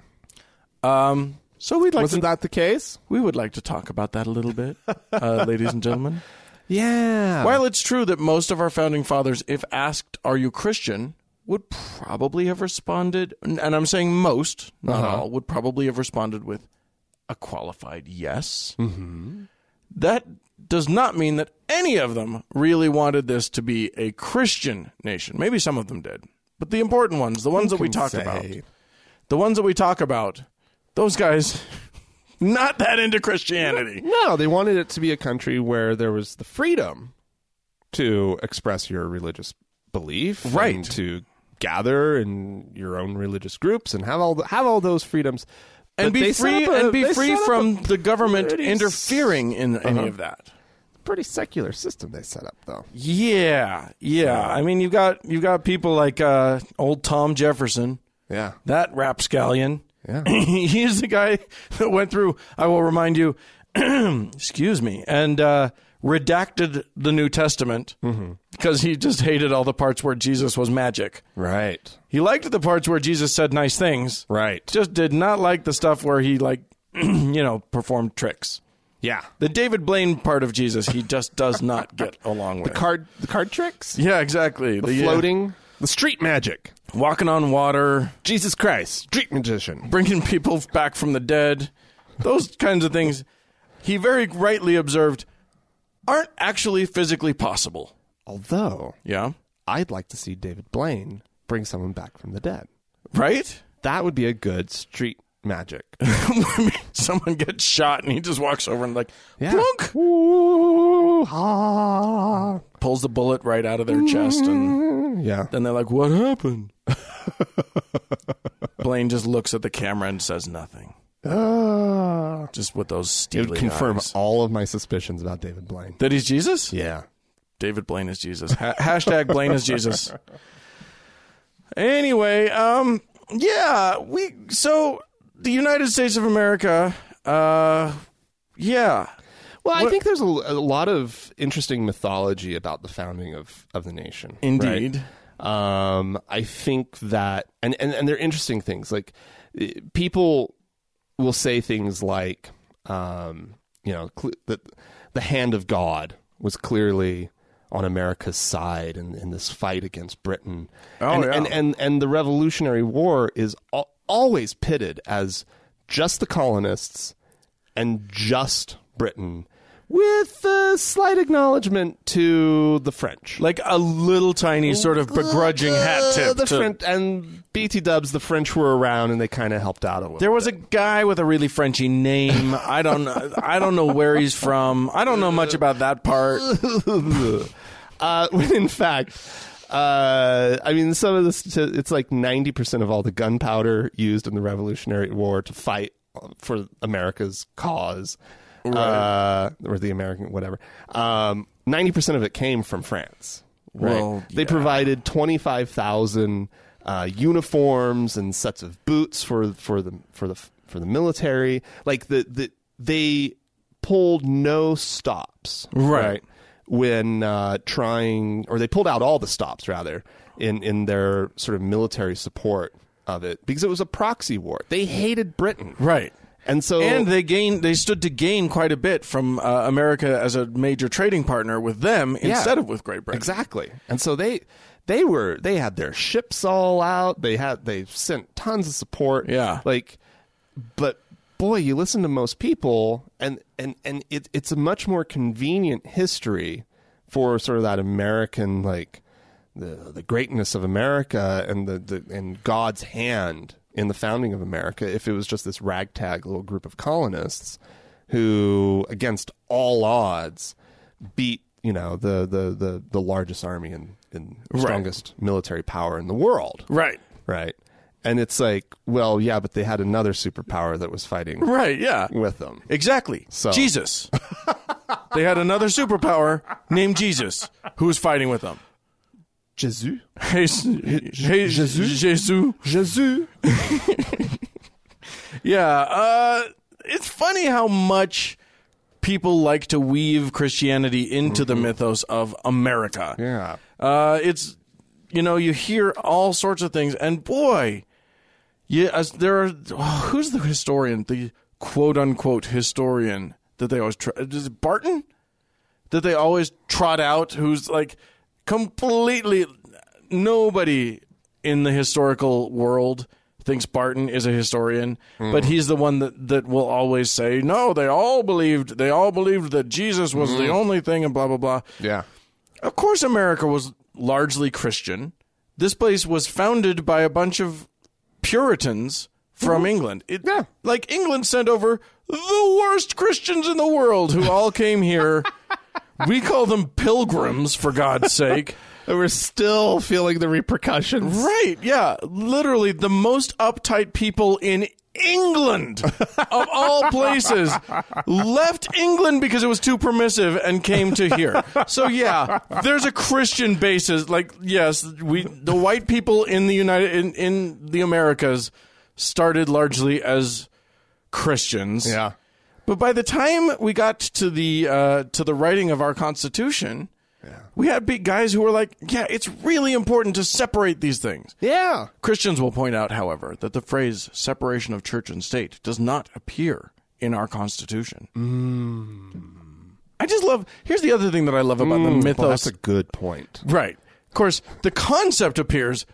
Um, so we'd like
Wasn't
to,
that the case?
we would like to talk about that a little bit, uh, ladies and gentlemen.
Yeah.
While it's true that most of our founding fathers, if asked, "Are you Christian?" would probably have responded, and and I'm saying most, not
Uh-huh.
all, would probably have responded with a qualified yes. Mm-hmm. That does not mean that any of them really wanted this to be a Christian nation. Maybe some of them did, but the important ones, the ones that we
can
talk
say?
about, the ones that we talk about, those guys, (laughs) not that into Christianity.
No, they wanted it to be a country where there was the freedom to express your religious belief, and
Right.
to gather in your own religious groups and have all the, have all those freedoms,
and
But they
be
set
free
up a-
and be
they
free
set up
from
a
the government
pretty s-
interfering in any of that.
pretty secular system they set up, though.
Yeah, yeah. I mean, you've got you've got people like uh, old Tom Jefferson,
Yeah,
that rapscallion.
Yeah.
(laughs) he's the guy that went through. I will remind you. (clears throat) excuse me, and uh, redacted the New Testament because he just hated all the parts where Jesus was magic.
right,
He liked the parts where Jesus said nice things.
right.
(clears throat) Just did not like the stuff where he like, you know, performed tricks.
Yeah.
The David Blaine part of Jesus, he just does not get (laughs) along with.
Card the card tricks?
yeah, exactly. The, uh,
Floating. The street magic.
walking on water,
Jesus Christ. Street magician.
bringing (laughs) people back from the dead, those kinds of things. He very rightly observed aren't actually physically possible.
Although
Yeah,
I'd like to see David Blaine bring someone back from the dead.
right. (laughs)
That would be a good street magic.
Someone gets shot and he just walks over and like plunk
Ooh, ah.
pulls the bullet right out of their chest (laughs) and
Yeah.
then they're like, "What happened?" (laughs) Blaine just looks at the camera and says nothing.
Ah.
Just with those
it
steely
would confirm
eyes.
all of my suspicions about David Blaine.
that he's Jesus.
Yeah.
David Blaine is Jesus. (laughs) Ha- hashtag Blaine is Jesus. Anyway, um, yeah, we so the United States of America, uh, yeah,
Well, I think there's a, a lot of interesting mythology about the founding of, of the nation. right?
indeed.
Um, I think that, and, and, and they're interesting things. Like, eh, people will say things like, um, you know, cl- that the hand of God was clearly on America's side in, in this fight against Britain. Oh, and,
yeah.
and, and, and the Revolutionary War is al- always pitted as just the colonists and just Britain. With a slight acknowledgement to the French,
Like a little tiny sort of begrudging hat
uh,
tip.
The
to-
French and BT Dubs, the French were around and they kind of helped out a little.
there was a guy with a really Frenchy name. I don't know. I don't know where he's from. I don't know much about that part.
uh, (laughs) when in fact, uh, I mean, some of this it's like ninety percent of all the gunpowder used in the Revolutionary War to fight for America's cause, uh, or the American whatever. um, Ninety percent of it came from France. Right?
Well,
they provided twenty five thousand uh, uniforms and sets of boots for for the for the for the military. Like the, the they pulled no stops.
Right.
when uh, trying, or they pulled out all the stops rather in in their sort of military support of it because it was a proxy war. They hated Britain,
(laughs) Right.
And so
and they gained they stood to gain quite a bit from uh, America as a major trading partner with them
Yeah.
instead of with Great Britain.
Exactly. And so they they were they had their ships all out. They had they sent tons of support.
Yeah.
Like but boy, you listen to most people and and and it, it's a much more convenient history for sort of that American like the the greatness of America and the, the and God's hand in the founding of America if it was just this ragtag little group of colonists who against all odds beat you know the the the, the largest army and, and strongest military power in the world
Right.
right and it's like well yeah but they had another superpower that was fighting
Right, yeah.
with them
Exactly.
So- (laughs)
Jesus. they had another superpower named Jesus who was fighting with them.
jesus
Jesus. Jesus.
jesus
Yeah, uh, it's funny how much people like to weave Christianity into the mythos of America.
Mm-hmm. yeah
Uh, it's you know you hear all sorts of things, and boy, yeah, as there are (sighs) oh, who's the historian, the quote unquote historian that they always tr- is it Barton that they always trot out, who's like completely nobody in the historical world thinks Barton is a historian, but he's the one that, that will always say, no, they all believed, they all believed that Jesus was the only thing and blah, blah, blah.
yeah
Of course, America was largely Christian. This place was founded by a bunch of Puritans from England. It,
Yeah.
Like, England sent over the worst Christians in the world who all came here. we call them pilgrims, for God's sake.
and we're still feeling the repercussions
Right, yeah. Literally the most uptight people in England, of all places, left England because it was too permissive and came to here. So, yeah, there's a Christian basis. Like, yes, we the white people in the United in, in the Americas started largely as Christians.
yeah
But by the time we got to the uh, to the writing of our Constitution, we had big guys who were like, "Yeah, it's really important to separate these things."
yeah
Christians will point out, however, that the phrase "separation of church and state" does not appear in our Constitution. I just love. Here's the other thing that I love about the mythos.
Mm. Well, that's a good point.
Right. Of course, the concept appears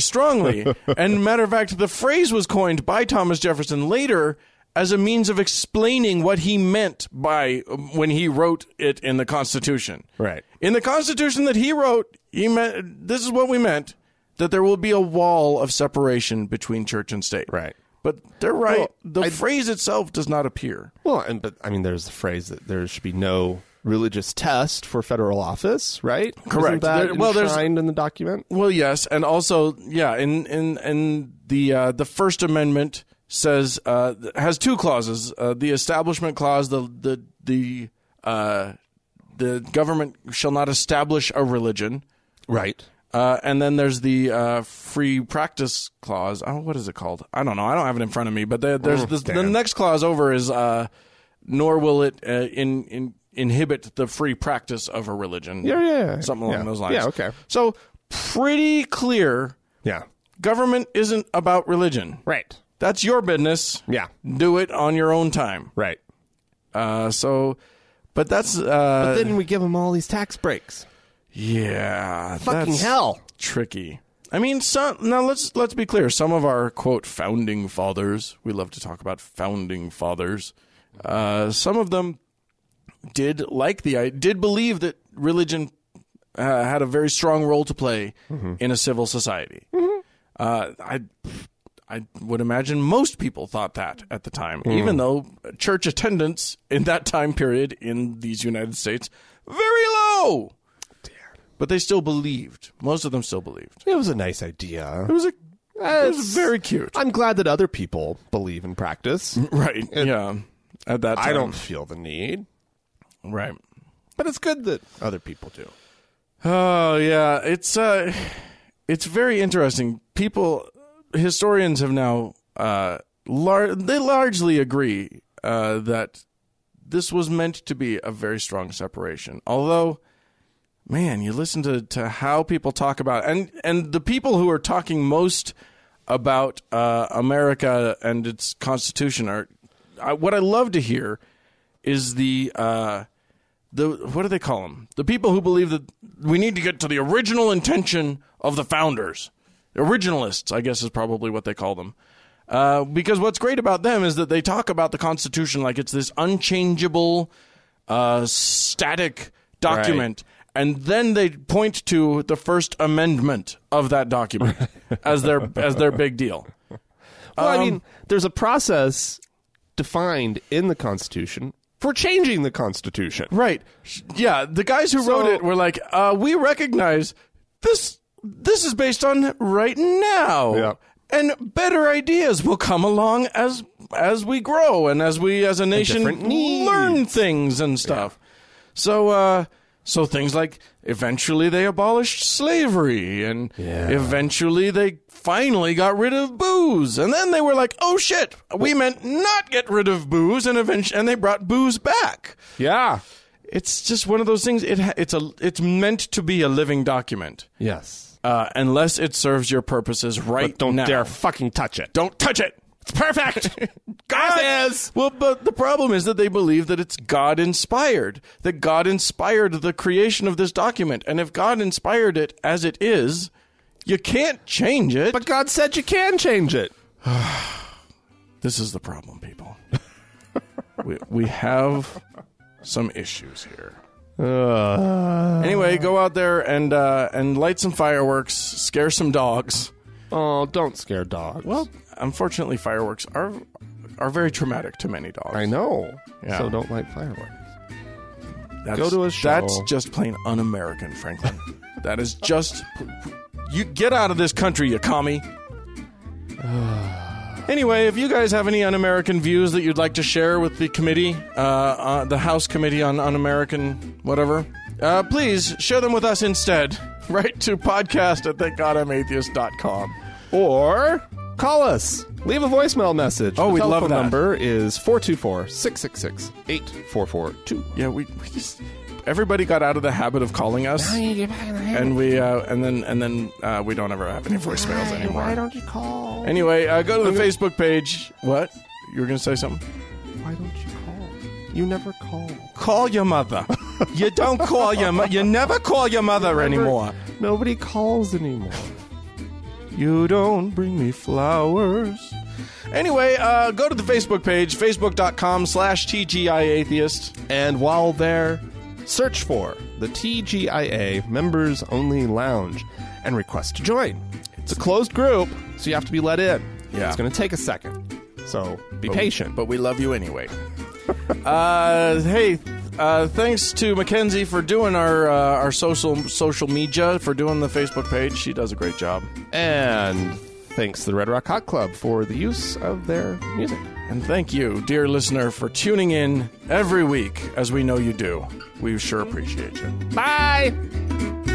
(laughs)
strongly. and matter of fact, the phrase was coined by Thomas Jefferson later as a means of explaining what he meant by um, when he wrote it in the Constitution.
Right.
In the Constitution that he wrote, he meant this is what we meant that there will be a wall of separation between church and state.
Right.
But they're right.
Well,
the
I-
phrase itself does not appear.
Well, and but I mean, there's the phrase that there should be no religious test for federal office, right?
Correct.
Isn't that
There- well, there's-
enshrined in the document.
Well, yes, and also, yeah, in in in the uh, the First Amendment says uh, th- has two clauses: uh, the Establishment Clause, the the the uh, the government shall not establish a religion,
Right.
uh, and then there's the uh, Free Practice Clause. Oh, what is it called? I don't know. I don't have it in front of me. But there,
Oh,
there's this, the next clause over is uh, nor will it uh, in in inhibit the free practice of a religion.
Yeah, yeah, yeah.
something along
Yeah.
those lines.
Yeah, okay.
So pretty clear
Yeah.
government isn't about religion.
Right.
That's your business.
Yeah.
Do it on your own time.
Right.
Uh, so, but that's uh,
then we give them all these tax breaks.
yeah,
Fucking
that's
hell.
tricky. I mean, some now let's let's be clear. Some of our quote founding fathers, we love to talk about founding fathers. Uh, some of them did like the I did believe that religion uh, had a very strong role to play
Mm-hmm.
in a civil society. Uh, I I would imagine most people thought that at the time,
Mm.
even though church attendance in that time period in these United States very low. But they still believed. Most of them still believed.
It was a nice idea.
It was a it
It's-
was very cute.
I'm glad that other people believe in practice.
(laughs) right. yeah. At that time.
I don't feel the need,
Right.
but it's good that other people do.
Oh yeah, it's uh, it's very interesting. People, historians have now uh, lar- they largely agree uh, that this was meant to be a very strong separation. Although, man, you listen to to how people talk about and and the people who are talking most about uh, America and its Constitution are I, what I love to hear is the. Uh, the what do they call them? The people who believe that we need to get to the original intention of the founders, originalists, I guess is probably what they call them. Uh, because what's great about them is that they talk about the Constitution like it's this unchangeable, uh, static document, and then they point to the First Amendment of
(laughs)
that document as their as their big deal.
Well,
Um,
I mean, there's a process defined in the Constitution for changing the Constitution.
Right. Yeah, the guys who wrote
So-
it were like, uh, we recognize this this is based on right now.
Yeah.
And better ideas will come along as as we grow and as we as a nation
different needs.
learn things and stuff. So uh so things like eventually they abolished slavery and eventually they finally got rid of booze and then they were like oh shit we meant not get rid of booze and event- and they brought booze back
Yeah.
it's just one of those things. It ha- it's a it's meant to be a living document,
Yes.
uh, unless it serves your purposes right
Uh, Don't
now.
dare fucking touch it.
Don't touch it. It's (laughs) perfect. God
Yes.
Well, but the problem is that they believe that it's God inspired. That God inspired the creation of this document, and if God inspired it as it is, you can't change it.
But God said you can change it.
this is the problem, people. (laughs) we we have some issues here. Anyway, go out there and uh, and light some fireworks, scare some dogs.
oh, don't scare dogs.
Well, unfortunately, fireworks are are very traumatic to many dogs.
I know.
Yeah.
So don't light fireworks.
That's,
Go to a show.
That's just plain un-American, Franklin. that is just you get out of this country, you commie. (sighs) Anyway, if you guys have any un-American views that you'd like to share with the committee, uh, uh, the House Committee on Un-American whatever, uh, please share them with us instead. (laughs) Write to podcast at thankgodimatheist.com.
Or call us. Leave a voicemail message.
Oh,
the
we'd love
telephone
that.
number is 424-666-8442.
Yeah, we, we just everybody got out of the habit of calling us. and we uh, and then and then uh, we don't ever have any voicemails anymore. Why don't you call? Anyway, uh, go to the Facebook page. What you were gonna say something?
why don't you call? You never call.
Call your mother. you don't call your mother. You never call your mother anymore.
Nobody calls anymore.
You don't bring me flowers. Anyway, uh, go to the Facebook page, facebook.com slash TGIAtheist.
And while there, search for the TGIA Members Only Lounge and request to join. It's a closed group, so you have to be let in.
Yeah.
It's going to take a second. So be
But-
patient.
But we love you anyway. uh, hey, uh, thanks to Mackenzie for doing our uh, our social social media for doing the Facebook page. She does a great job.
and thanks to the Red Rock Hot Club for the use of their music.
And thank you, dear listener, for tuning in every week, as we know you do. We sure appreciate you.
Bye!